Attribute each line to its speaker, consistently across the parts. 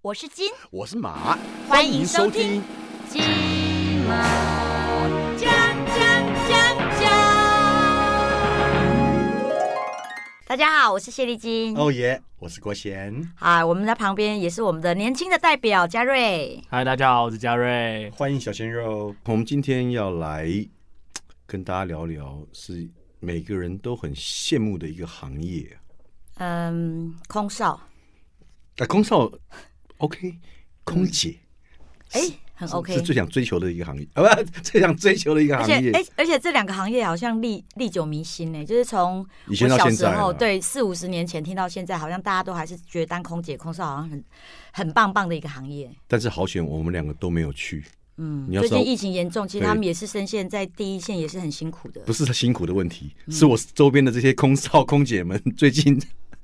Speaker 1: 我是金，
Speaker 2: 我是马，
Speaker 1: 欢迎收听金马讲讲讲讲。大家好，我是谢丽金。
Speaker 2: 哦耶，我是郭贤，
Speaker 1: 啊，我们在旁边也是我们的年轻的代表嘉瑞。
Speaker 3: 嗨，大家好，我是嘉瑞。
Speaker 2: 欢迎小鲜肉。我们今天要来跟大家聊聊，是每个人都很羡慕的一个行业。
Speaker 1: 嗯，空少，
Speaker 2: 啊，空少，OK，空姐
Speaker 1: 哎、很
Speaker 2: 是
Speaker 1: OK
Speaker 2: 是。最想追求的一个行业，啊，不， 最想追求的一个
Speaker 1: 而
Speaker 2: 行
Speaker 1: 且，
Speaker 2: 业。
Speaker 1: 哎、而且这两个行业好像历历久弥新呢、就是从
Speaker 2: 以前到
Speaker 1: 我小
Speaker 2: 现
Speaker 1: 时
Speaker 2: 在
Speaker 1: 候，
Speaker 2: 啊，
Speaker 1: 对四五十年前听到现在，好像大家都还是觉得当空姐、空少好像很很棒棒的一个行业。
Speaker 2: 但是好险，我们两个都没有去。
Speaker 1: 嗯，
Speaker 2: 你要
Speaker 1: 最
Speaker 2: 知道
Speaker 1: 近疫情严重，其实
Speaker 2: 对
Speaker 1: 他们也是深陷在第一线，也是很辛苦的。
Speaker 2: 不是他辛苦的问题，是我周边的这些空少空姐们，最近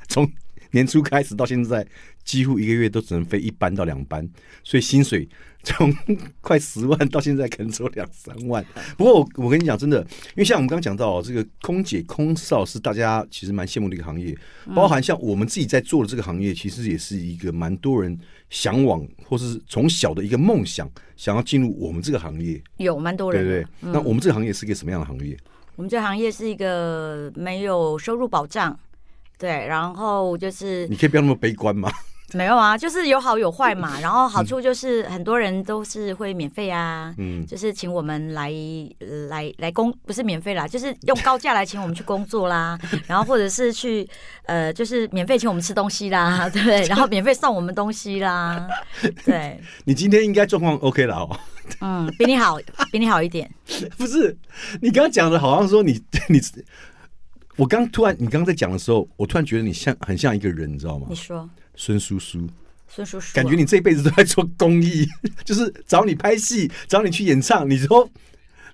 Speaker 2: 从年初开始到现在，几乎一个月都只能飞一班到两班，所以薪水从快十万到现在可能只有两三万。不过我我跟你讲，真的，因为像我们刚刚讲到哦，这个空姐空少是大家其实蛮羡慕的一个行业，
Speaker 1: 嗯
Speaker 2: 包含像我们自己在做的这个行业，其实也是一个蛮多人向往或是从小的一个梦想，想要进入我们这个行业，
Speaker 1: 有蛮多
Speaker 2: 对
Speaker 1: 人啊嗯
Speaker 2: 不
Speaker 1: 的。
Speaker 2: 对？那我们这个行业是一个什么样的行业？
Speaker 1: 我们这行业是一个没有收入保障，对，然后就是
Speaker 2: 你可以不要那么悲观嘛。
Speaker 1: 没有啊，就是有好有坏 嘛。然后好处就是很多人都是会免费啊，
Speaker 2: 嗯，
Speaker 1: 就是请我们来呃来来工，不是免费啦，就是用高价来请我们去工作啦，然后或者是去呃，就是免费请我们吃东西啦，对不对？然后免费送我们东西啦， 对，
Speaker 2: 你今天应该状况 OK 了哦。
Speaker 1: 嗯，比你好，比你好一点。
Speaker 2: 不是，你刚刚讲的好像说你 你，我刚突然你刚刚在讲的时候，我突然觉得你像很像一个人，你知道吗
Speaker 1: 你？说，
Speaker 2: 孙叔叔，
Speaker 1: 孙叔叔啊，
Speaker 2: 感觉你这辈子都在做公益， 就是找你拍戏，找你去演唱，你说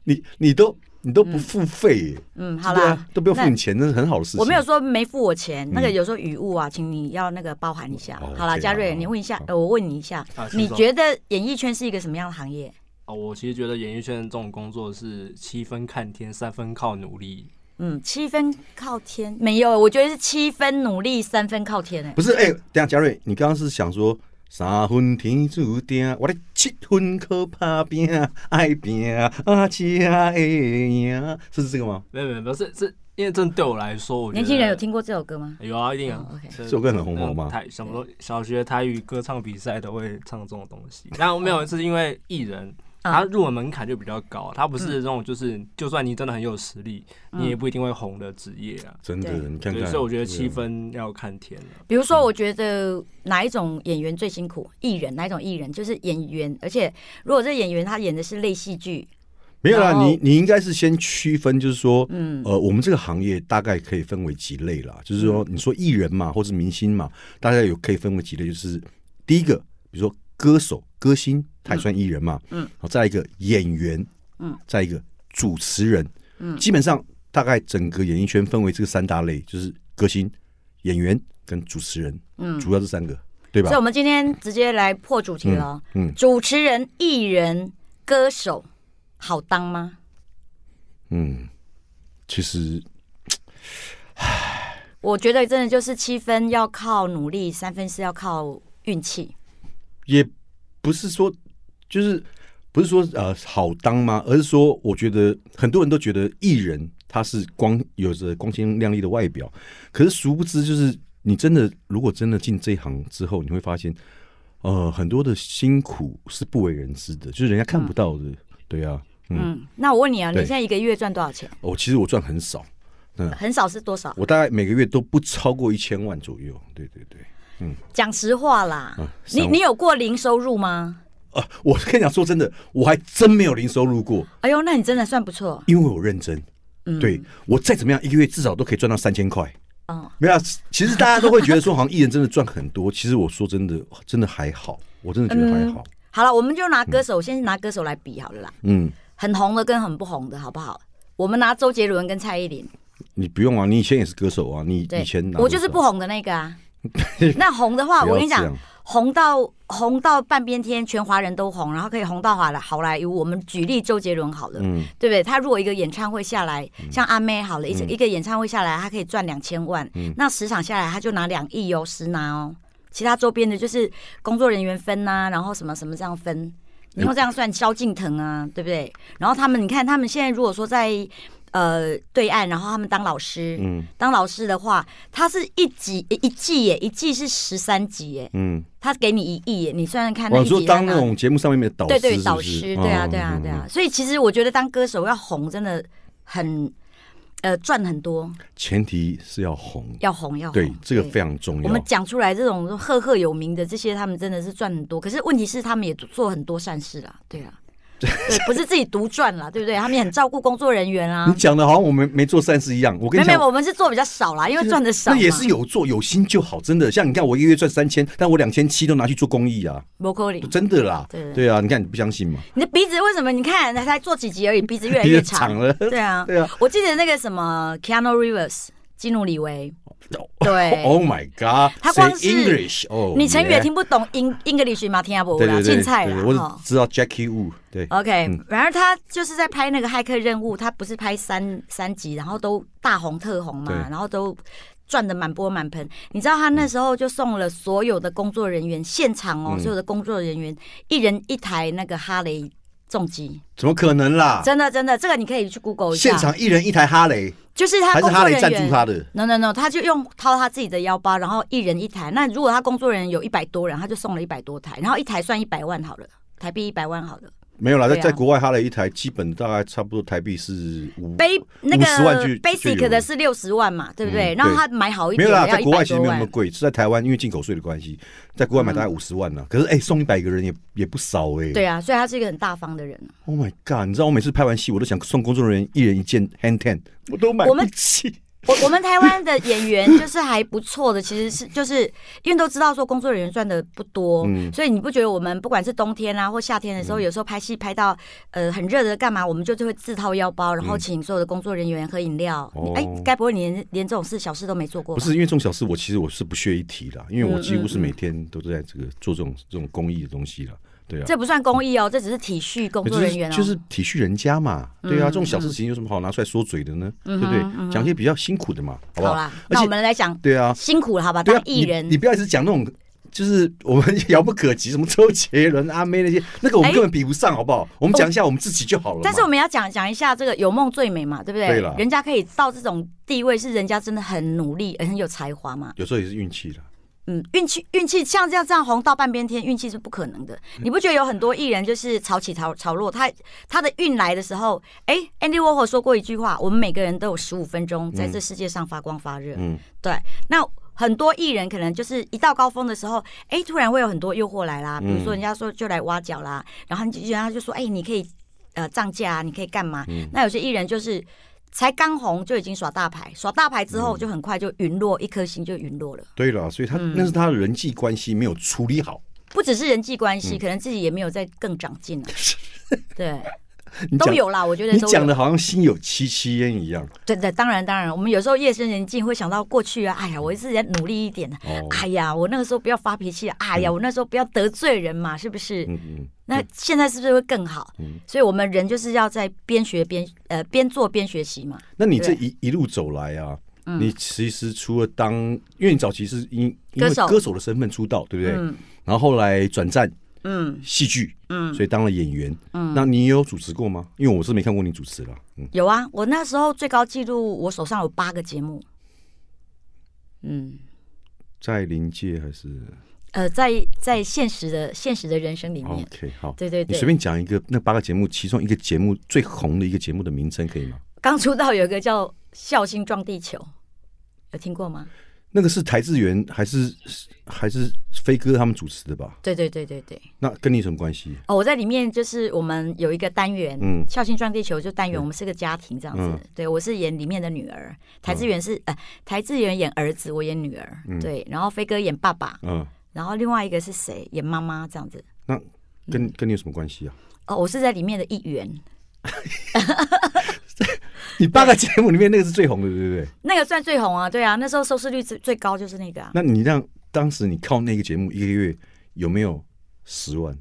Speaker 2: 你你都你都不付费耶，
Speaker 1: 嗯，好
Speaker 2: 对
Speaker 1: 啦
Speaker 2: 啊，，都不用付
Speaker 1: 那
Speaker 2: 你钱，那是很好的事情。
Speaker 1: 我没有说没付我钱，那个有时候语误啊，请你要那个包含一下。
Speaker 2: 哦
Speaker 1: 好啦，
Speaker 2: 这
Speaker 1: 嘉
Speaker 2: 样
Speaker 1: 瑞，
Speaker 2: 哦
Speaker 1: 你问一下，呃，我问你一下
Speaker 3: 啊，请
Speaker 1: 你
Speaker 3: 说
Speaker 1: 觉得演艺圈是一个什么样的行业？
Speaker 3: 哦，我其实觉得演艺圈这种工作是七分看天，三分靠努力。
Speaker 1: 嗯，七分靠天，没有，我觉得是七分努力，三分靠天、哎，
Speaker 2: 不是，哎、等一下，嘉瑞，你刚刚是想说三分天注定，我的七分靠打拼，爱拼啊，才会赢，啊是这个吗？
Speaker 3: 没有没有，没有，是是因为这对我来说，我觉得
Speaker 1: 年轻人有听过这首歌吗？
Speaker 3: 有啊，一定有
Speaker 1: 哦。，OK
Speaker 3: 这
Speaker 2: 这首歌很红红吗
Speaker 3: 台什么小学台语歌唱比赛都会唱这种东西，但没有是因为艺人。
Speaker 1: 哦嗯
Speaker 2: 啊
Speaker 3: 他入门门槛就比较高，啊他不是那种就是，就算你真的很有实力，你
Speaker 1: 嗯
Speaker 3: 也不一定会红的职业啊。
Speaker 2: 真的，
Speaker 1: 对
Speaker 2: 你看
Speaker 3: 对，
Speaker 2: 看，
Speaker 3: 所以我觉得
Speaker 2: 对啊
Speaker 3: 七分要看天了。
Speaker 1: 比如说，我觉得哪一种演员最辛苦？艺人哪一种艺人就是演员，而且如果这演员他演的是类戏剧，
Speaker 2: 没有啦，
Speaker 1: 然后
Speaker 2: 你你应该是先区分，就是说，
Speaker 1: 嗯
Speaker 2: 呃，我们这个行业大概可以分为几类啦，就是说，
Speaker 1: 嗯
Speaker 2: 你说艺人嘛，或是明星嘛，大概有可以分为几类，就是第一个，比如说歌手、歌星，他也算艺人嘛，
Speaker 1: 嗯，
Speaker 2: 好，再来一个演员，
Speaker 1: 嗯，
Speaker 2: 再一个主持人，嗯，基本上大概整个演艺圈分为这三大类，就是歌星、演员跟主持人，
Speaker 1: 嗯，
Speaker 2: 主要这三个，对吧
Speaker 1: 所以我？们今天直接来破主题了哦。
Speaker 2: 嗯嗯
Speaker 1: 主持人、艺人、歌手，好当吗？
Speaker 2: 嗯，其实
Speaker 1: 我觉得真的就是七分要靠努力，三分是要靠运气。
Speaker 2: 也不是说就是不是说呃好当吗？而是说，我觉得很多人都觉得艺人他是光有着光鲜亮丽的外表，可是殊不知，就是你真的如果真的进这一行之后，你会发现，呃，很多的辛苦是不为人知的，就是人家看不到的。对啊，嗯，
Speaker 1: 嗯，那我问你啊，你
Speaker 2: 对
Speaker 1: 现在一个月赚多少钱？
Speaker 2: 我、其实我赚很少，
Speaker 1: 很少是多少？
Speaker 2: 我大概每个月都不超过一千万左右。对对对。
Speaker 1: 讲实话啦，
Speaker 2: 啊三
Speaker 1: 你
Speaker 2: 万
Speaker 1: 你有过零收入吗？
Speaker 2: 啊，我跟你讲，说真的，我还真没有零收入过，
Speaker 1: 哎呦，那你真的算不错。
Speaker 2: 因为我认真。
Speaker 1: 嗯，
Speaker 2: 对我再怎么样，一个月至少都可以赚到三千块。
Speaker 1: 哦
Speaker 2: 没有啊，其实大家都会觉得说，好像艺人真的赚很多。其实我说真的，真的还好，我真的觉得还好。
Speaker 1: 好了，我们就拿歌手，先拿歌手来比好了啦，
Speaker 2: 嗯，
Speaker 1: 很红的跟很不红的，好不好？我们拿周杰伦跟蔡依林，
Speaker 2: 你不用啊，你以前也是歌手啊，你
Speaker 1: 对
Speaker 2: 以前哪，
Speaker 1: 我就是不
Speaker 2: 好。
Speaker 1: 红的那个 啊。那红的话，
Speaker 2: 不要
Speaker 1: 我跟你
Speaker 2: 这
Speaker 1: 讲
Speaker 2: 样，
Speaker 1: 红到红到半边天，全华人都红，然后可以红到好莱好莱坞。我们举例周杰伦好了，
Speaker 2: 嗯，
Speaker 1: 对不对？他如果一个演唱会下来，像阿妹好了，
Speaker 2: 嗯
Speaker 1: 一、一个演唱会下来，他可以赚两千万，那十场下来他就拿两亿哦，十拿哦，其他周边的就是工作人员分呐、然后什么什么这样分。你用这样算，萧敬腾啊，对不对？然后他们，你看他们现在如果说在呃对岸，然后他们当老师，
Speaker 2: 嗯
Speaker 1: 当老师的话，他是一集一季耶，一季是十三集耶，
Speaker 2: 嗯，
Speaker 1: 他给你一亿耶，你算算看那
Speaker 2: 我
Speaker 1: 一
Speaker 2: 说
Speaker 1: 集在
Speaker 2: 当那
Speaker 1: 哪里
Speaker 2: 种节目上面的导师
Speaker 1: 啊对
Speaker 2: 是不是，
Speaker 1: 对，导师，
Speaker 2: 嗯
Speaker 1: 对啊，对啊，对啊。所以其实我觉得当歌手要红，真的很呃赚很多，
Speaker 2: 嗯，前提是要红，
Speaker 1: 要红要红。
Speaker 2: 对，这个非常重
Speaker 1: 我们
Speaker 2: 要。
Speaker 1: 讲出来这种赫赫有名的这些，他们真的是赚很多。可是问题是，他们也做很多善事啦，对 啊，对，不是自己独赚啦，对 不对？啊他们也很照顾工作人员啊
Speaker 2: 你。讲的好像我们没做善事一样，我跟
Speaker 1: 没有
Speaker 2: 你
Speaker 1: 没
Speaker 2: 讲
Speaker 1: 有，，我们是做比较少啦，因为赚的少
Speaker 2: 那
Speaker 1: 嘛。
Speaker 2: 也是有做有心就好，真的。像你看，我一个月赚三千，但我两千七都拿去做公益啊，
Speaker 1: 不可能
Speaker 2: 真的啦。
Speaker 1: 对
Speaker 2: 对啊，你看你不相信吗？
Speaker 1: 你的鼻子为什么？你看才才做几集而已，鼻子越来越
Speaker 2: 你
Speaker 1: 长。
Speaker 2: 的了。
Speaker 1: 对啊，
Speaker 2: 对啊
Speaker 1: 我记得那个什么 Keanu Reeves 基努里维，对
Speaker 2: Oh my god！
Speaker 1: 他光
Speaker 2: say
Speaker 1: 是
Speaker 2: English 哦，
Speaker 1: 你成语也
Speaker 2: yeah
Speaker 1: 听不懂英 English 吗？听不
Speaker 2: 对
Speaker 1: 啦，
Speaker 2: 对对，
Speaker 1: 青菜
Speaker 2: 对
Speaker 1: 啦
Speaker 2: 对我嗯
Speaker 1: 哈啊
Speaker 2: 只。知道 Jackie Wu，对，
Speaker 1: OK，、然而他就是在拍那个骇客任务，他不是拍三三集，然后都大红特红
Speaker 2: 对
Speaker 1: 嘛，然后都赚的满钵满盆。你知道他那时候就送了所有的工作人员，现场哦，
Speaker 2: 嗯
Speaker 1: 所有的工作人员一人一台那个哈雷重机，
Speaker 2: 怎么可能啦？
Speaker 1: 真的真的，这个你可以去 Google 一下。
Speaker 2: 啊现场一人一台哈雷，
Speaker 1: 就是他
Speaker 2: 还是
Speaker 1: 工
Speaker 2: 哈
Speaker 1: 作
Speaker 2: 雷
Speaker 1: 人
Speaker 2: 赞
Speaker 1: 员
Speaker 2: 助他的？
Speaker 1: No No No，他就用掏他自己的腰包，然后一人一台。那如果他工作人员有一百多人，他就送了一百多台，然后一台算一百万好了，台币一百万好了。
Speaker 2: 没有啦，在
Speaker 1: 对啊
Speaker 2: 在国外哈雷一台基本大概差不多台币是五。
Speaker 1: Ba 那个
Speaker 2: 50万就就
Speaker 1: basic
Speaker 2: 有
Speaker 1: 的是六十万嘛，对不对？
Speaker 2: 嗯
Speaker 1: 然后他买好一
Speaker 2: 没
Speaker 1: 点
Speaker 2: 有啦，
Speaker 1: 的要
Speaker 2: 在
Speaker 1: 一
Speaker 2: 国外
Speaker 1: 百
Speaker 2: 其实
Speaker 1: 多
Speaker 2: 没有那么
Speaker 1: 万。
Speaker 2: 贵，是在台湾因为进口税的关系，在国外买大概五十万呢。可是哎，送一百个人也也不少哎。
Speaker 1: 嗯对啊，所以他是一个很大方的人。啊
Speaker 2: Oh my god！你知道我每次拍完戏，我都想送工作人员一人一件 hand tan，我都买
Speaker 1: 我
Speaker 2: 不
Speaker 1: 们
Speaker 2: 起。
Speaker 1: 我我们台湾的演员 就是还不错的，其实是就是因为都知道说工作人员赚的不多，
Speaker 2: 嗯
Speaker 1: 所以你不觉得我们不管是冬天啊或夏天的时候，有时候拍戏拍到呃很热的干嘛，我们就是会自掏腰包，然后请所有的工作人员喝饮料。
Speaker 2: 嗯哦
Speaker 1: 哎、该不会你连连这种事小事都没做过
Speaker 2: 不
Speaker 1: 吧？
Speaker 2: 是因为这种小事，我其实我是不屑一提啦，因为我
Speaker 1: 嗯
Speaker 2: 几乎是
Speaker 1: 嗯
Speaker 2: 每天都在这个做这种这种公益的东西啦。对啊，
Speaker 1: 这不算公益哦，这只是体恤工作人员哦。
Speaker 2: 就是就是体恤人家嘛，对
Speaker 1: 嗯
Speaker 2: 啊，这种小事情有什么好拿出来说嘴的呢？对不对？讲一些比较辛苦的嘛，好不
Speaker 1: 好
Speaker 2: 好？
Speaker 1: 啦，
Speaker 2: 而
Speaker 1: 那我
Speaker 2: 且
Speaker 1: 们来讲
Speaker 2: 对啊，
Speaker 1: 辛苦了，好吧？
Speaker 2: 对啊
Speaker 1: 当，艺
Speaker 2: 你
Speaker 1: 人
Speaker 2: 你不要一直讲那种。就是我们遥不可及，什么周杰伦、阿妹那些，那个我们
Speaker 1: 哎
Speaker 2: 根本比不上，好不好？我们讲一下我们自己就好了嘛。
Speaker 1: 但是我们要讲讲一下这个有梦最美嘛，对不对？
Speaker 2: 对啦
Speaker 1: 人家可以到这种地位，是人家真的很努力，很有才华嘛。
Speaker 2: 有时候也是运气啦。
Speaker 1: 嗯，运气运气像这样这样红到半边天，运气是不可能的。你不觉得有很多艺人就是潮起潮潮落，他他的运来的时候，哎、a n d y Warhol 说过一句话：我们每个人都有十五分钟在这世界上发光发热。
Speaker 2: 嗯，
Speaker 1: 对，那很多艺人可能就是一到高峰的时候，哎、突然会有很多诱惑来啦，比如说人家说就来挖角啦，然后你就人家就说，哎、你可以呃涨价啊，你可以干嘛？那有些艺人就是。才刚红就已经耍大牌，耍大牌之后就很快就陨落，一颗星就陨落了。
Speaker 2: 对了，所以他
Speaker 1: 嗯
Speaker 2: 那是他的人际关系没有处理好。
Speaker 1: 不只是人际关
Speaker 2: 嗯
Speaker 1: 系，可能自己也没有在更长进 了。对，
Speaker 2: 你
Speaker 1: 都
Speaker 2: 讲
Speaker 1: 有啦，我觉得
Speaker 2: 你
Speaker 1: 都
Speaker 2: 讲
Speaker 1: 有。
Speaker 2: 的好像心有戚戚焉一样。
Speaker 1: 对对，当然当然，我们有时候夜深人静会想到过去啊，哎呀，我一直在努力一点啊
Speaker 2: 哦，
Speaker 1: 哎呀，我那个时候不要发脾气啊，哎呀，我那时候不要得罪人嘛，是不是？
Speaker 2: 嗯嗯，
Speaker 1: 那现在是不是会更好？所以我们人就是要在边学边呃边做边学习嘛。
Speaker 2: 那你这
Speaker 1: 对嗯
Speaker 2: 一一路走来啊，你其实除了当，因为你早期是因因为
Speaker 1: 歌手嗯
Speaker 2: 歌手的身份出道，对不对？然后后来转战嗯戏剧，嗯，所以当了演员。嗯，那你有主持过吗？因为我是没看过你主持了。嗯，
Speaker 1: 有啊，我那时候最高纪录，我手上有八个节目。嗯，
Speaker 2: 在临界还是
Speaker 1: 呃，在在现实的现实的人生里面，
Speaker 2: OK 好。
Speaker 1: 对对
Speaker 2: 你
Speaker 1: 对
Speaker 2: 随，便讲一个那八个节目，其中一个节目最红的一个节目的名称可以吗？
Speaker 1: 刚出道有一个叫《孝心撞地球》，有听过吗？
Speaker 2: 那个是台志源还是还是飞哥他们主持的吧？
Speaker 1: 对对对对对。
Speaker 2: 那跟你有什么关系？
Speaker 1: 哦，我在里面就是我们有一个单元，
Speaker 2: 嗯
Speaker 1: 《孝心撞地球》就单元，我们是个家庭这样子。
Speaker 2: 嗯
Speaker 1: 对我是演里面的女儿，台志远是、呃台志远演儿子，我演女儿。对，然后飞哥演爸爸，
Speaker 2: 嗯，
Speaker 1: 然后另外一个是谁演妈妈这样子。
Speaker 2: 那跟
Speaker 1: 嗯
Speaker 2: 跟你有什么关系啊？
Speaker 1: 哦，我是在里面的一员。
Speaker 2: 你八个节目里面那个是最红的，对不对？
Speaker 1: 那个算最红啊，对啊，那时候收视率最最高就是那个啊。
Speaker 2: 那你让当时你靠那个节目一个月有没有十万？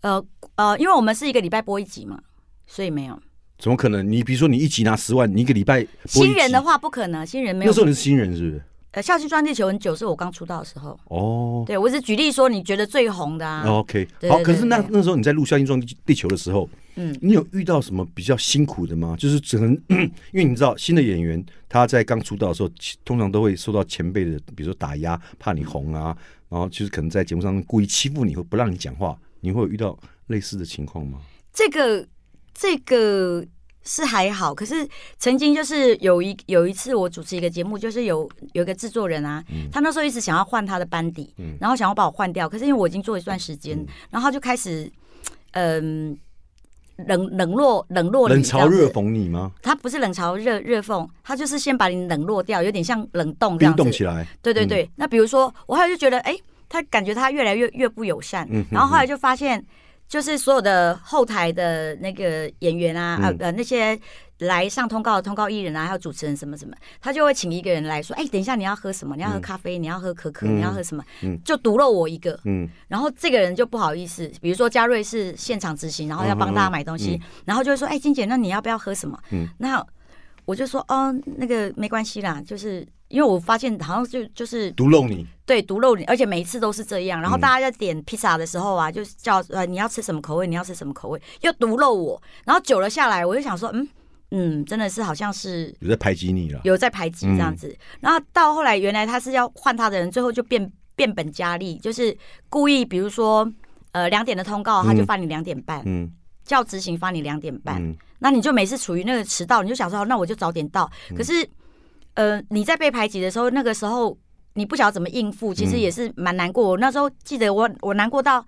Speaker 1: 呃呃，因为我们是一个礼拜播一集嘛，所以没有
Speaker 2: 怎么可能？你比如说你一集拿十万，你一个礼拜播一集
Speaker 1: 新人的话不可能，新人没有
Speaker 2: 那时候你是新人是不是？
Speaker 1: 呃，校庆专地球很久，是我刚出道的时候。
Speaker 2: 哦
Speaker 1: 对我只举例说，你觉得最红的啊？
Speaker 2: ，OK，
Speaker 1: 对
Speaker 2: 好。
Speaker 1: 对
Speaker 2: 可是那
Speaker 1: 对
Speaker 2: 那时候你在录《孝心撞地球》的时候，
Speaker 1: 嗯，
Speaker 2: 你有遇到什么比较辛苦的吗？就是只能 因为你知道新的演员他在刚出道的时候，其通常都会受到前辈的，比如说打压，怕你红啊，然后就是可能在节目上故意欺负你，或不让你讲话，你会有遇到类似的情况吗？
Speaker 1: 这个这个是还好，可是曾经就是有一有一次我主持一个节目，就是有有一个制作人啊，他那时候一直想要换他的班底，
Speaker 2: 嗯
Speaker 1: 然后想要把我换掉，可是因为我已经做一段时间，
Speaker 2: 嗯
Speaker 1: 然后他就开始嗯、冷冷落冷落你
Speaker 2: 冷
Speaker 1: 这
Speaker 2: 嘲
Speaker 1: 样子
Speaker 2: 热讽你吗？
Speaker 1: 他不是冷嘲热热讽，他就是先把你冷落掉，有点像冷冻这
Speaker 2: 冰
Speaker 1: 样子
Speaker 2: 冻。起来，
Speaker 1: 对对对，那比如说我后来就觉得，哎、他感觉他越来越越不友善，
Speaker 2: 嗯哼
Speaker 1: 然后后来就发现，就是所有的后台的那个演员啊，
Speaker 2: 嗯
Speaker 1: 呃呃那些来上通告的通告艺人啊，还有主持人什么什么，他就会请一个人来说，哎、等一下你要喝什么？你要喝咖啡？你要喝可可？
Speaker 2: 嗯
Speaker 1: 你要喝什么？
Speaker 2: 嗯
Speaker 1: 就独漏我一个，
Speaker 2: 嗯，
Speaker 1: 然后这个人就不好意思，比如说嘉瑞是现场执行，然后要帮大家买东西，
Speaker 2: 嗯
Speaker 1: 然后就会说：“哎，金姐，那你要不要喝什么？”
Speaker 2: 嗯
Speaker 1: 那我就说：“哦，那个没关系啦，就是因为我发现好像就就是
Speaker 2: 毒漏你，
Speaker 1: 对独漏你，而且每一次都是这样。然后
Speaker 2: 嗯
Speaker 1: 大家在点披萨的时候啊，就是叫呃你要吃什么口味，你要吃什么口味，又独漏我。然后久了下来，我就想说，嗯嗯，真的是好像是
Speaker 2: 有在排挤你了。
Speaker 1: 有在排挤这
Speaker 2: 嗯
Speaker 1: 样子。然后到后来，原来他是要换他的人，最后就变变本加厉，就是故意，比如说。呃，两点的通告，他就
Speaker 2: 嗯
Speaker 1: 发你两点半，
Speaker 2: 嗯
Speaker 1: 叫执行发你两点半，
Speaker 2: 嗯
Speaker 1: 那你就每次处于那个迟到，你就想说，哦那我就早点到。
Speaker 2: 嗯
Speaker 1: 可是，呃，你在被排挤的时候，那个时候你不晓得怎么应付，其实
Speaker 2: 嗯
Speaker 1: 也是蛮难过。我那时候记得我，我难过到，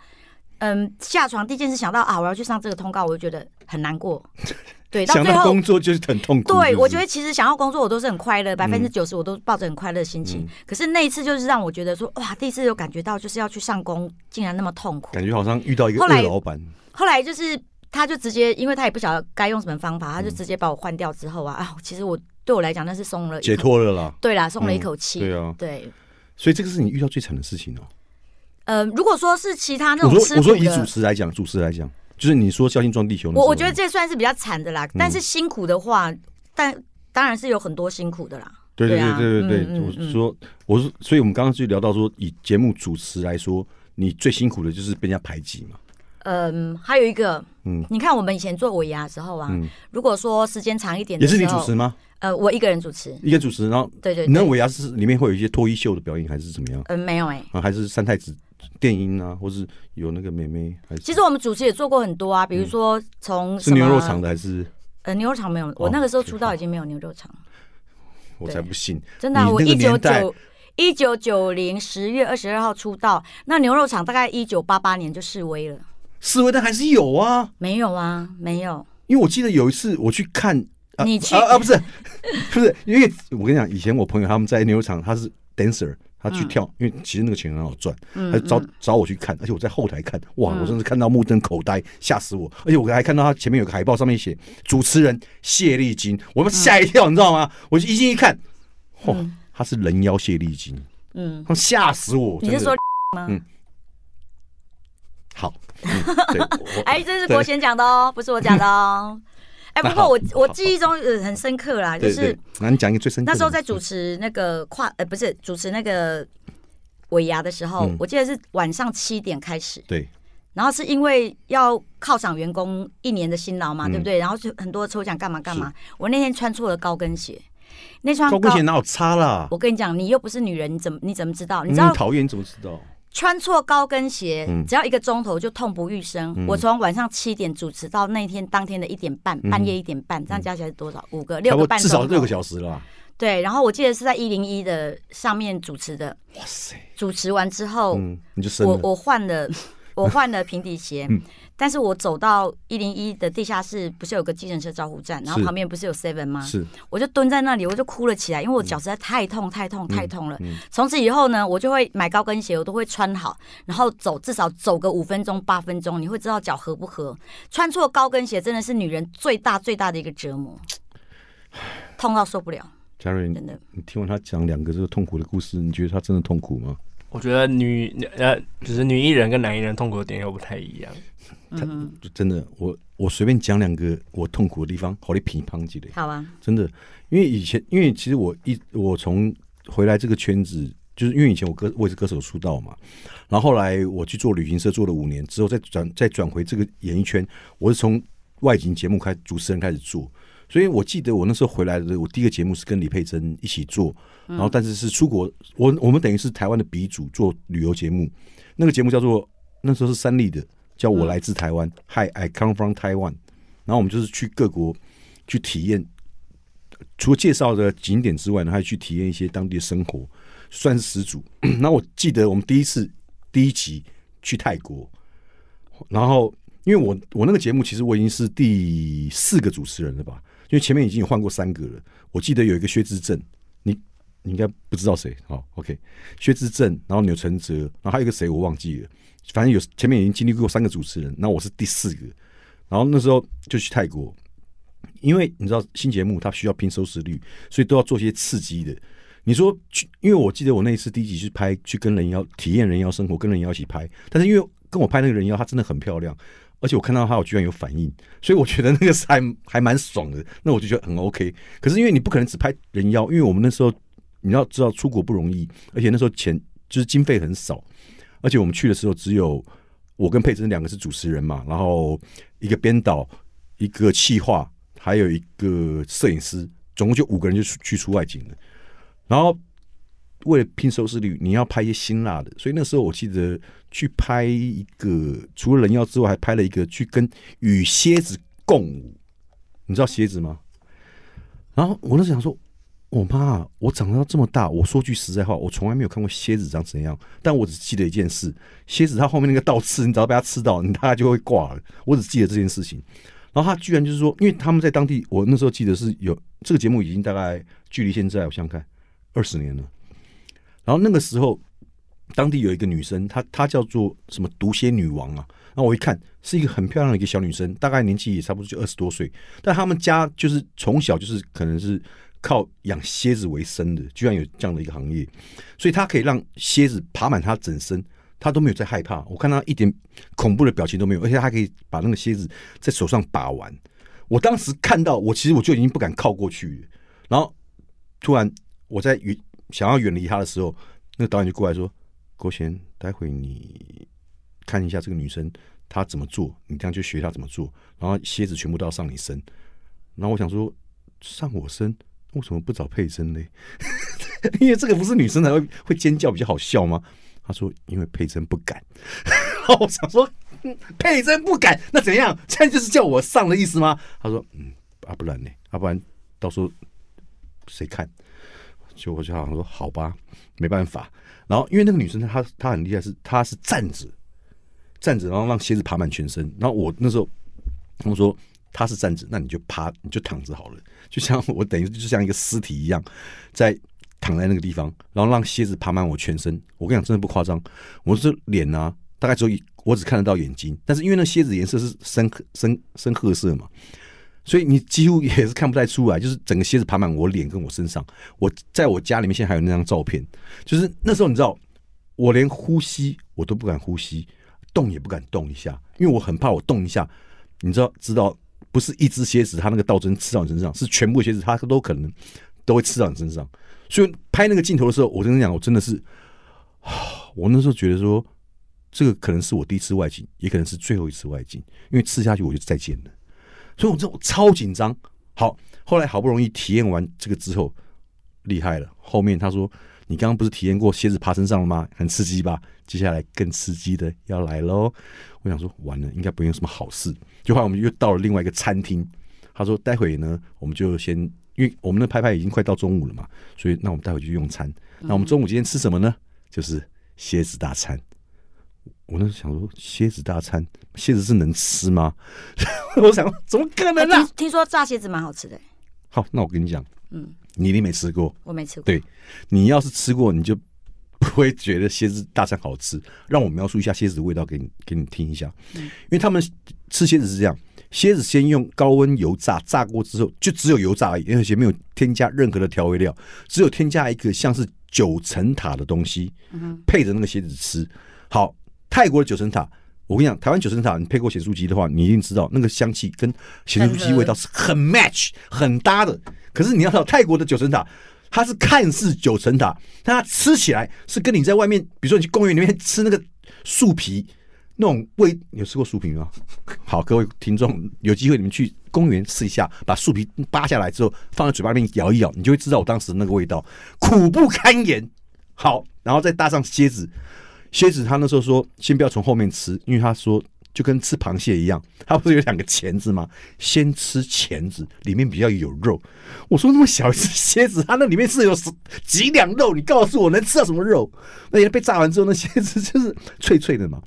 Speaker 1: 嗯，下床第一件事想到啊，我要去上这个通告，我就觉得很难过。对，到
Speaker 2: 想
Speaker 1: 最
Speaker 2: 到
Speaker 1: 后
Speaker 2: 工作就是很痛苦。
Speaker 1: 对，
Speaker 2: 是不是
Speaker 1: 我觉得其实想要工作，我都是很快乐，百分之九十我都抱着很快乐的心情。
Speaker 2: 嗯
Speaker 1: 可是那一次就是让我觉得说，哇，第一次有感觉到就是要去上工，竟然那么痛苦。
Speaker 2: 感觉好像遇到一个
Speaker 1: 后来
Speaker 2: 恶老板，
Speaker 1: 后来就是他就直接，因为他也不晓得该用什么方法，他就
Speaker 2: 嗯
Speaker 1: 直接把我换掉之后啊，啊，其实我对我来讲那是松了一口
Speaker 2: 解，脱了啦。
Speaker 1: 对啦，松了一口气。
Speaker 2: 对啊，
Speaker 1: 对
Speaker 2: 所以这个是你遇到最惨的事情哦。
Speaker 1: 呃，如果说是其他那种
Speaker 2: 我说
Speaker 1: 吃
Speaker 2: 我
Speaker 1: 苦
Speaker 2: 说以主
Speaker 1: 的，
Speaker 2: 持来讲，主持来讲，就是你说《孝心撞地球》的时候，嗯
Speaker 1: 我我觉得这算是比较惨的啦。但是辛苦的话，但当然是有很多辛苦的啦。
Speaker 2: 对
Speaker 1: 对啊
Speaker 2: 对对对
Speaker 1: 嗯
Speaker 2: 对，
Speaker 1: 嗯
Speaker 2: 我
Speaker 1: 嗯
Speaker 2: 说我说，所以我们刚刚就聊到说，以节目主持来说，你最辛苦的就是被人家排挤嘛。
Speaker 1: 嗯，还有一个，
Speaker 2: 嗯
Speaker 1: 你看我们以前做尾牙的时候啊，
Speaker 2: 嗯，
Speaker 1: 如果说时间长一点
Speaker 2: 也
Speaker 1: 的
Speaker 2: 是你
Speaker 1: 时
Speaker 2: 主
Speaker 1: 候，
Speaker 2: 持吗？
Speaker 1: 呃，我一个人主持，
Speaker 2: 一个主持，然后
Speaker 1: 对对
Speaker 2: 你那
Speaker 1: 对，
Speaker 2: 尾牙是里面会有一些脱衣秀的表演，还是怎么样？
Speaker 1: 呃，没有哎、
Speaker 2: 啊，还是三太子电音啊，或是有那个妹妹，还是
Speaker 1: 其实我们主持也做过很多啊，比如说从什
Speaker 2: 嗯是
Speaker 1: 么
Speaker 2: 牛肉肠的，还哦是
Speaker 1: 呃，牛肉肠没有，我那个时候出道已经没有牛肉肠，
Speaker 2: 我才不信。
Speaker 1: 真的啊、
Speaker 2: 你
Speaker 1: 我
Speaker 2: 那个
Speaker 1: 一九
Speaker 2: 年代
Speaker 1: 九一九九零十月二十二号出道，那牛肉肠大概一九八八年就示威了，
Speaker 2: 四维但还是有啊，
Speaker 1: 没有啊，没有，
Speaker 2: 因为我记得有一次我去看，啊、
Speaker 1: 你去
Speaker 2: 啊啊不是 不是，因为我跟你讲，以前我朋友他们在牛场，他是 dancer，他去跳，因为其实那个钱很好赚，
Speaker 1: 嗯
Speaker 2: 他就找
Speaker 1: 嗯
Speaker 2: 找我去看，而且我在后台看，哇，我真是看到目瞪口呆，吓死我！而且我还看到他前面有个海报，上面写主持人谢丽金，我们吓一
Speaker 1: 嗯
Speaker 2: 跳，你知道吗？我就一进一看，哇，他是人妖谢丽金，
Speaker 1: 嗯，
Speaker 2: 哦吓死我！
Speaker 1: 你
Speaker 2: 真
Speaker 1: 是
Speaker 2: 的
Speaker 1: 说吗？
Speaker 2: 嗯好？嗯对，我
Speaker 1: 哎，这是国贤讲的哦，不是我讲的 哦。哎，不过我我记忆中呃很深刻啦，就
Speaker 2: 对
Speaker 1: 是
Speaker 2: 对，那你讲一个最深刻
Speaker 1: 那
Speaker 2: 的
Speaker 1: 时候在主持那个跨呃不是主持那个尾牙的时候
Speaker 2: 嗯，
Speaker 1: 我记得是晚上七点开始，
Speaker 2: 对。
Speaker 1: 然后是因为要犒赏员工一年的辛劳嘛，
Speaker 2: 嗯
Speaker 1: 对不对？然后就很多抽奖干嘛干嘛。我那天穿错了高跟鞋，那双
Speaker 2: 高跟鞋哪有差啦？
Speaker 1: 我跟你讲，你又不是女人，你怎么你怎么知哦道？你
Speaker 2: 你
Speaker 1: 知道
Speaker 2: 讨厌你怎么知道？
Speaker 1: 穿错高跟鞋，
Speaker 2: 嗯
Speaker 1: 只要一个钟头就痛不欲生。
Speaker 2: 嗯
Speaker 1: 我从晚上七点主持到那天当天的一点半，
Speaker 2: 嗯
Speaker 1: 半夜一点半，这样加起来是多少？五个
Speaker 2: 差
Speaker 1: 六
Speaker 2: 不
Speaker 1: 个
Speaker 2: 多
Speaker 1: 半
Speaker 2: 至少六个
Speaker 1: 时。
Speaker 2: 小时啦。
Speaker 1: 对，然后我记得是在一零一的上面主持的，
Speaker 2: 哇塞，
Speaker 1: 主持完之后，
Speaker 2: 嗯，你就生
Speaker 1: 哦我
Speaker 2: 了。
Speaker 1: 我换了， 我换了平底鞋，
Speaker 2: 嗯
Speaker 1: 但是我走到一零一的地下室，不是有个计程车招呼站，然后
Speaker 2: 是
Speaker 1: 旁边不是有 Seven 吗？
Speaker 2: 是，
Speaker 1: 我就蹲在那里，我就哭了起来，因为我脚实在太痛、太痛、太痛了
Speaker 2: 嗯。
Speaker 1: 从、此以后呢，我就会买高跟鞋，我都会穿好，然后走至少走个五分钟、八分钟，你会知道脚合不合。穿错高跟鞋真的是女人最大最大的一个折磨，痛到受不了，
Speaker 2: 嘉瑞，
Speaker 1: 真的。
Speaker 2: 你听完他讲两个这个痛苦的故事，你觉得他真的痛苦吗？
Speaker 3: 我觉得女呃，就是女艺人跟男艺人痛苦的点又不太一样。
Speaker 1: 嗯，
Speaker 2: 就真的，我我随便讲两个我痛苦的地方，好你乒乓几的，
Speaker 1: 好啊，
Speaker 2: 真的。因为以前，因为其实我一我从回来这个圈子，就是因为以前我歌我也是歌手出道嘛，然后后来我去做旅行社做了五年之后，再转再转回这个演艺圈，我是从外景节目开主持人开始做。所以我记得我那时候回来的，我第一个节目是跟李佩珍一起做，然后但是是出国，我我们等于是台湾的鼻祖做旅游节目，那个节目叫做那时候是三立的，叫我来自台湾、h i I come from Taiwan，然后我们就是去各国去体验，除了介绍的景点之外呢，还去体验一些当地的生活，算是始祖。 那我记得我们第一次第一集去泰国，然后因为我我那个节目其实我已经是第四个主持人了吧，因为前面已经有换过三个了。我记得有一个薛之正，你你应该不知道谁，好，OK，薛之正，然后钮承泽，然后还有一个谁我忘记了，反正有前面已经经历过三个主持人，那我是第四个，然后那时候就去泰国，因为你知道新节目它需要拼收视率，所以都要做些刺激的。你说去，因为我记得我那一次第一集去拍，去跟人妖体验人妖生活，跟人妖一起拍，但是因为跟我拍那个人妖，她真的很漂亮，而且我看到她，我居然有反应，所以我觉得那个是还还蛮爽的，那我就觉得很 OK。可是因为你不可能只拍人妖，因为我们那时候你要知道出国不容易，而且那时候钱就是经费很少，而且我们去的时候只有我跟佩珍两个是主持人嘛，然后一个编导，一个企划，还有一个摄影师，总共就五个人就出去出外景了。然后为了拼收视率，你要拍一些辛辣的，所以那时候我记得去拍一个，除了人妖之外，还拍了一个去跟与蝎子共舞，你知道蝎子吗？然后我那时候想说，我妈啊，我长到这么大，我说句实在话，我从来没有看过蝎子长怎样，但我只记得一件事，蝎子它后面那个倒刺，你只要被它吃到，你大概就会挂了。我只记得这件事情。然后他居然就是说，因为他们在当地，我那时候记得是有这个节目已经大概距离现在我想想看二十年了。然后那个时候，当地有一个女生，她她叫做什么毒蝎女王啊。然后我一看，是一个很漂亮的一个小女生，大概年纪也差不多就二十多岁。但他们家就是从小就是可能是靠养蝎子为生的，居然有这样的一个行业，所以她可以让蝎子爬满她整身，她都没有在害怕。我看她一点恐怖的表情都没有，而且她可以把那个蝎子在手上把玩。我当时看到，我其实我就已经不敢靠过去了。然后突然我在远想要远离他的时候，那个导演就过来说：“国贤，待会你看一下这个女生她怎么做，你这样就学她怎么做。”然后蝎子全部都要上你身。然后我想说，上我身，为什么不找佩珍嘞？ 因为这个不是女生才会会尖叫比较好笑吗？他说：“因为佩珍不敢。” 然后我想说，嗯佩珍不敢，那怎样？ 现在就是叫我上的意思吗？他说：“嗯，啊，不然呢？要、不然到时候谁看？”就我就好像说好吧，没办法。然后因为那个女生她她她很厉害，是她是站着站着，然后让蝎子爬满全身。然后我那时候他们说她是站着，那你就趴你就躺着好了，就像我等于就像一个尸体一样，在躺在那个地方，然后让蝎子爬满我全身。我跟你讲，真的不夸张，我这脸啊，大概只有一我只看得到眼睛，但是因为那蝎子颜色是深深深褐色嘛，所以你几乎也是看不太出来，就是整个蝎子爬满我脸跟我身上。我在我家里面现在还有那张照片，就是那时候你知道，我连呼吸我都不敢呼吸，动也不敢动一下，因为我很怕我动一下，你知道知道不是一只蝎子它那个倒针刺到你身上，是全部蝎子它都可能都会刺到你身上。所以拍那个镜头的时候，我跟你讲，我真的是， 我那时候觉得说，这个可能是我第一次外景，也可能是最后一次外景，因为刺下去我就再见了。所以我这我超紧张。好，后来好不容易体验完这个之后，厉害了。后面他说：“你刚刚不是体验过蝎子爬身上了吗？很刺激吧？接下来更刺激的要来喽！”我想说，完了，应该不用什么好事。就后来我们又到了另外一个餐厅，他说：“待会呢，我们就先，因为我们的拍拍已经快到中午了嘛，所以那我们待会去用餐。那我们中午今天吃什么呢？就是蝎子大餐。”我那时候想说，蝎子大餐，蝎子是能吃吗？ 我想，怎么可能
Speaker 1: 哎
Speaker 2: 啊？
Speaker 1: 听听说炸蝎子蛮好吃的，
Speaker 2: 好，那我跟你讲，
Speaker 1: 嗯，
Speaker 2: 你一定没吃过。
Speaker 1: 我没吃过。
Speaker 2: 对你要是吃过，你就不会觉得蝎子大餐好吃。让我描述一下蝎子的味道给你给你听一下，因为他们吃蝎子是这样：蝎子先用高温油炸，炸过之后就只有油炸而已，而且没有添加任何的调味料，只有添加一个像是九层塔的东西，配着那个蝎子吃。好，泰国的九层塔。我跟你讲，台湾九层塔，你配过咸酥鸡的话，你一定知道那个香气跟咸酥鸡味道是很 match 很搭的。可是你要知道，泰国的九层塔，它是看似九层塔，但它吃起来是跟你在外面，比如说你去公园里面吃那个树皮那种味，你有吃过树皮吗？好，各位听众，有机会你们去公园试一下，把树皮扒下来之后放在嘴巴里面咬一咬，你就会知道我当时那个味道，苦不堪言。好，然后再搭上蝎子，蝎子他那时候说先不要从后面吃，因为他说就跟吃螃蟹一样，它不是有两个钳子吗？先吃钳子，里面比较有肉。我说那么小一只蝎子，它那里面是有十几两肉，你告诉我能吃到什么肉？那也被炸完之后，那蝎子 就是脆脆的嘛。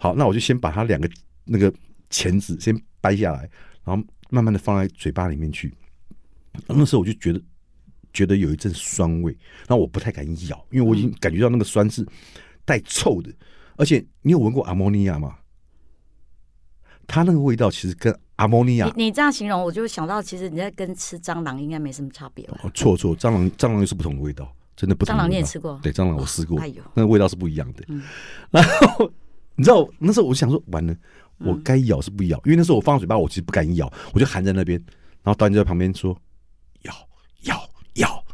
Speaker 2: 好，那我就先把它两个那个钳子先掰下来，然后慢慢的放在嘴巴里面去。那时候我就觉得觉得有一阵酸味，然后我不太敢咬，因为我已经感觉到那个酸是带臭的，而且你有闻过阿莫尼亚吗？它那个味道其实跟阿莫尼亚
Speaker 1: 你你这样形容，我就想到，其实你在跟吃蟑螂应该没什么差别吧？
Speaker 2: 哦错错，蟑螂蟑螂又是不同的味道，真的不同
Speaker 1: 蟑
Speaker 2: 的味道。
Speaker 1: 螂你也吃过？
Speaker 2: 对，蟑螂我试过，
Speaker 1: 哎呦
Speaker 2: 那个味道是不一样的。
Speaker 1: 嗯
Speaker 2: 然后你知道那时候我就想说，完了，
Speaker 1: 嗯
Speaker 2: 我该咬是不咬，因为那时候我放到嘴巴，我其实不敢咬，我就含在那边。然后导演就在旁边说：“咬，咬，咬。”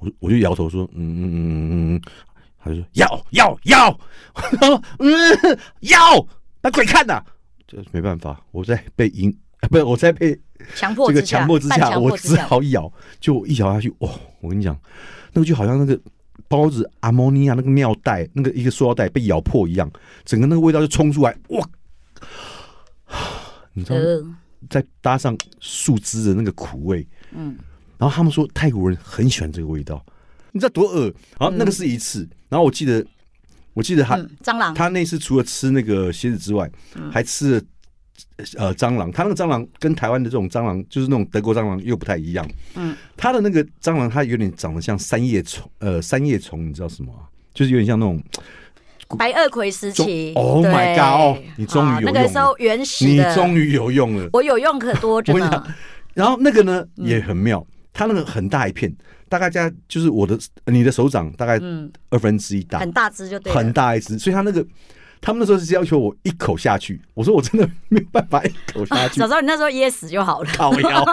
Speaker 2: 我我就摇头说：“嗯嗯嗯嗯嗯。嗯”他就说：“咬，咬，咬。” 然后嗯，咬，那鬼看呐、这没办法，我在被引，不是我在被
Speaker 1: 强迫
Speaker 2: 这
Speaker 1: 之
Speaker 2: 个
Speaker 1: 下，
Speaker 2: 强迫之
Speaker 1: 半
Speaker 2: 下，
Speaker 1: 强迫
Speaker 2: 我
Speaker 1: 之
Speaker 2: 只
Speaker 1: 下，
Speaker 2: 好咬。就我一咬下去，哦，我跟你讲，那个就好像那个包子阿莫尼亚那个尿袋，那个一个塑料袋被咬破一样，整个那个味道就冲出来，哇！ 你知道，
Speaker 1: 呃，
Speaker 2: 再搭上树枝的那个苦味，
Speaker 1: 嗯，
Speaker 2: 然后他们说泰国人很喜欢这个味道，你知道多恶？然后那个是一次，然后我记得，我记得还
Speaker 1: 嗯，蟑螂，
Speaker 2: 他那次除了吃那个蝎子之外，
Speaker 1: 嗯
Speaker 2: 还吃了呃蟑螂。他那个蟑螂跟台湾的这种蟑螂，就是那种德国蟑螂又不太一样。
Speaker 1: 嗯，
Speaker 2: 他的那个蟑螂，它有点长得像三叶虫，呃，三叶虫，你知道什么、啊？就是有点像那种，
Speaker 1: 白垩葵时期。
Speaker 2: 中 Oh my
Speaker 1: 对
Speaker 2: God，哦你终于
Speaker 1: 啊
Speaker 2: 有
Speaker 1: 那个
Speaker 2: 用
Speaker 1: 时
Speaker 2: 了
Speaker 1: 候原始
Speaker 2: 你
Speaker 1: 的，
Speaker 2: 终于有用了。
Speaker 1: 我有用可多着
Speaker 2: 我跟你
Speaker 1: 呢
Speaker 2: 讲。然后那个呢
Speaker 1: 嗯
Speaker 2: 也很妙，它那个很大一片，大概加就是我的你的手掌大概
Speaker 1: 嗯，
Speaker 2: 二分之一大，
Speaker 1: 很大只就对了，
Speaker 2: 很大一只，所以他那个。他们那时候是要求我一口下去，我说我真的没有办法一口下去
Speaker 1: 早，知道你那时候噎死就好了。
Speaker 2: 靠腰。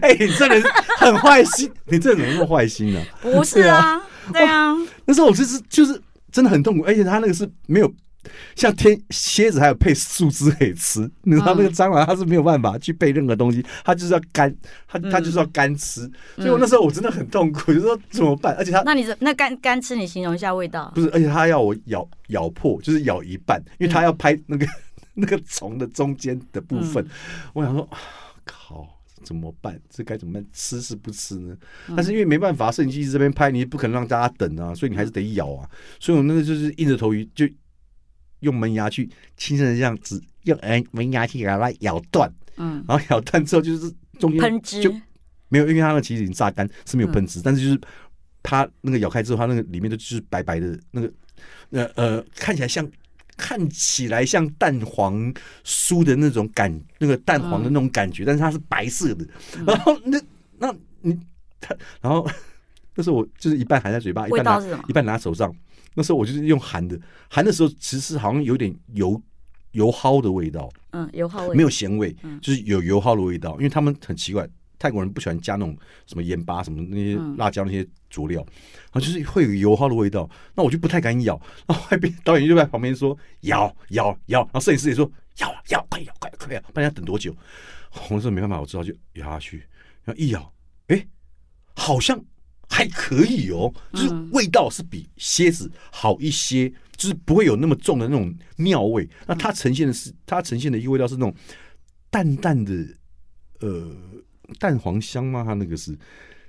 Speaker 2: 哎、你这人很坏心， 你这人怎么那么坏心呢、
Speaker 1: 不是啊，对啊，
Speaker 2: 那时候我就是就是真的很痛苦，而且他那个是没有像天蝎子还有配树枝可以吃，你知道那个蟑螂它是没有办法去配任何东西，它就是要干，它它就是要干吃，所以我那时候我真的很痛苦，就说怎么办？而且它
Speaker 1: 那你怎那干干吃，你形容一下味道
Speaker 2: 不。是，而且它要我咬咬破，就是咬一半，因
Speaker 1: 嗯
Speaker 2: 为它要拍那个、 那个虫的中间的部分。
Speaker 1: 嗯
Speaker 2: 我想说，啊靠，怎么办？这该怎么办？吃是不吃呢？
Speaker 1: 嗯
Speaker 2: 但是因为没办法，摄影机一直这边拍，你也不可能让大家等啊，所以你还是得咬啊。所以我那个就是硬着头皮就用门牙去轻声的这样子，用哎门牙去给它咬断，
Speaker 1: 嗯，
Speaker 2: 然后咬断之后就是中间
Speaker 1: 喷
Speaker 2: 就
Speaker 1: 汁，
Speaker 2: 没有，因为它那个其实已经榨干，是没有喷汁，但是就是它那个咬开之后，它那个里面的就是白白的那个，呃呃，看起来像看起来像蛋黄酥的那种感，那个蛋黄的那种感觉，但是它是白色的。然后那那你它，然后那时候我就是一半含在嘴巴，一
Speaker 1: 味
Speaker 2: 半拿
Speaker 1: 道是什么
Speaker 2: 一？半拿手上。那时候我就是用含的，含的时候其实好像有点油油蒿的味道。
Speaker 1: 嗯，油耗味。
Speaker 2: 没
Speaker 1: 有，
Speaker 2: 有咸味，就是有油耗的味道。因为他们很奇怪，泰国人不喜欢加那种什么盐巴、什么那些
Speaker 1: 嗯
Speaker 2: 辣椒那些佐料，然后就是会有油耗的味道。那我就不太敢咬，然后外边导演就在旁边说咬咬咬，然后摄影师也说咬咬，快咬快咬快咬，不然要等多久？我说没办法，我知道就咬下去，然后一咬，哎，好像还可以哦，
Speaker 1: 嗯
Speaker 2: 就是味道是比蝎子好一些，就是不会有那么重的那种尿味。那它呈现的是，它呈现的一个味道是那种淡淡的，呃，蛋黄香吗？它那个是，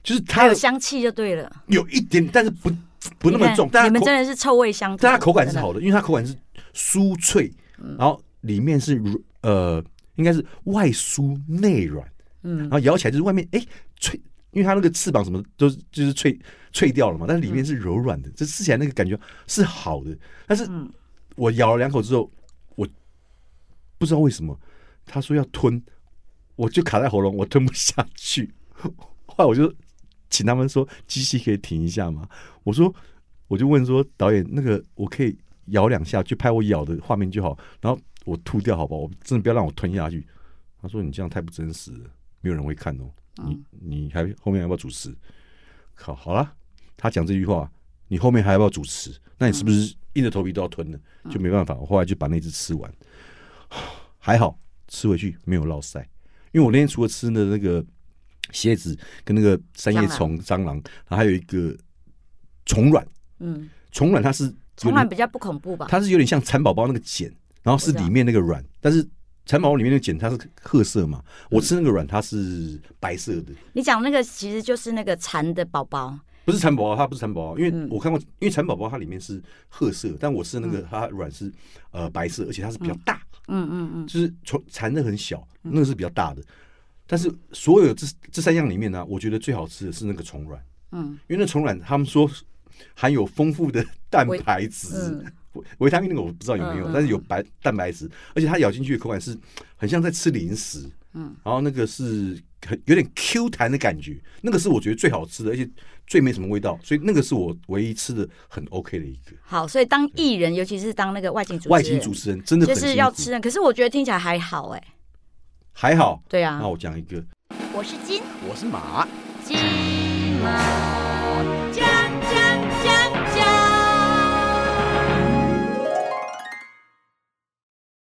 Speaker 2: 就是
Speaker 1: 还
Speaker 2: 它
Speaker 1: 有香气就对了，
Speaker 2: 有一点，但是不不那
Speaker 1: 你
Speaker 2: 么
Speaker 1: 看
Speaker 2: 重，但
Speaker 1: 你
Speaker 2: 它
Speaker 1: 们
Speaker 2: 口
Speaker 1: 真的是臭味相投。
Speaker 2: 但它口感是
Speaker 1: 真的
Speaker 2: 好的，因为它口感是酥脆，
Speaker 1: 嗯
Speaker 2: 然后里面是软呃，应该是外酥内软。然
Speaker 1: 嗯，
Speaker 2: 后咬起来就是外面哎脆，因为它那个翅膀什么都是就是脆脆掉了嘛，但是里面是柔软的，这吃起来那个感觉是好的。但是
Speaker 1: 嗯
Speaker 2: 我咬了两口之后，我不知道为什么他说要吞，我就卡在喉咙，我吞不下去。 后来我就请他们说机器可以停一下吗？我说我就问说导演那个我可以咬两下，就拍我咬的画面就好，然后我吐掉好不好？我真的不要让我吞下去。嗯他说你这样太不真实了，没有人会看哦。你你还后面要不要主持？靠，好了，他讲这句话，你后面还要不要主持？那你是不是硬着头皮都要吞了？就没办法，我后来就把那只吃完，还好吃回去没有落腮，因为我那天除了吃的那个蝎子跟那个三叶虫、蟑螂，然后还有一个虫卵，
Speaker 4: 嗯，
Speaker 2: 虫卵它是有
Speaker 1: 虫
Speaker 2: 点
Speaker 1: 卵比较不恐
Speaker 4: 啊
Speaker 1: 怖吧？
Speaker 2: 它是有点像蚕宝宝那个茧，然后是里面那个卵，但是蚕宝宝里面那个茧它是褐色
Speaker 4: 嗯
Speaker 2: 嘛，我吃那个卵它是白色的，
Speaker 1: 你讲那个其实就是那个蚕的宝宝，
Speaker 2: 不是蚕宝宝，它不是蚕宝宝，因为
Speaker 4: 嗯
Speaker 2: 我看过，因为蚕宝宝它里面是褐色，但我吃的那个它卵是呃白色，而且它是比较大，
Speaker 4: 嗯嗯嗯，
Speaker 2: 就是从蚕的很小，那个是比较大的。但是所有这这三样里面呢、我觉得最好吃的是那个虫卵，
Speaker 4: 嗯，
Speaker 2: 因为那虫卵他们说含有丰富的蛋
Speaker 1: 维
Speaker 2: 白质，
Speaker 4: 嗯
Speaker 2: 维维他命那个我不知道有没有，
Speaker 4: 嗯嗯
Speaker 2: 但是有白蛋白质，而且它咬进去的口感是很像在吃零食，
Speaker 4: 嗯，
Speaker 2: 然后那个是很有点 Q 弹的感觉，那个是我觉得最好吃的，而且最没什么味道，所以那个是我唯一吃的很 OK 的一个。
Speaker 1: 好，所以当艺人，尤其是当那个外景主持人，
Speaker 2: 外勤主持人真的
Speaker 1: 就
Speaker 2: 很辛
Speaker 1: 是
Speaker 2: 苦
Speaker 1: 要吃人，可是我觉得听起来还好哎、
Speaker 2: 还好，
Speaker 1: 对啊
Speaker 2: 那，我讲一个，
Speaker 1: 我是金
Speaker 2: 我是马，
Speaker 1: 金。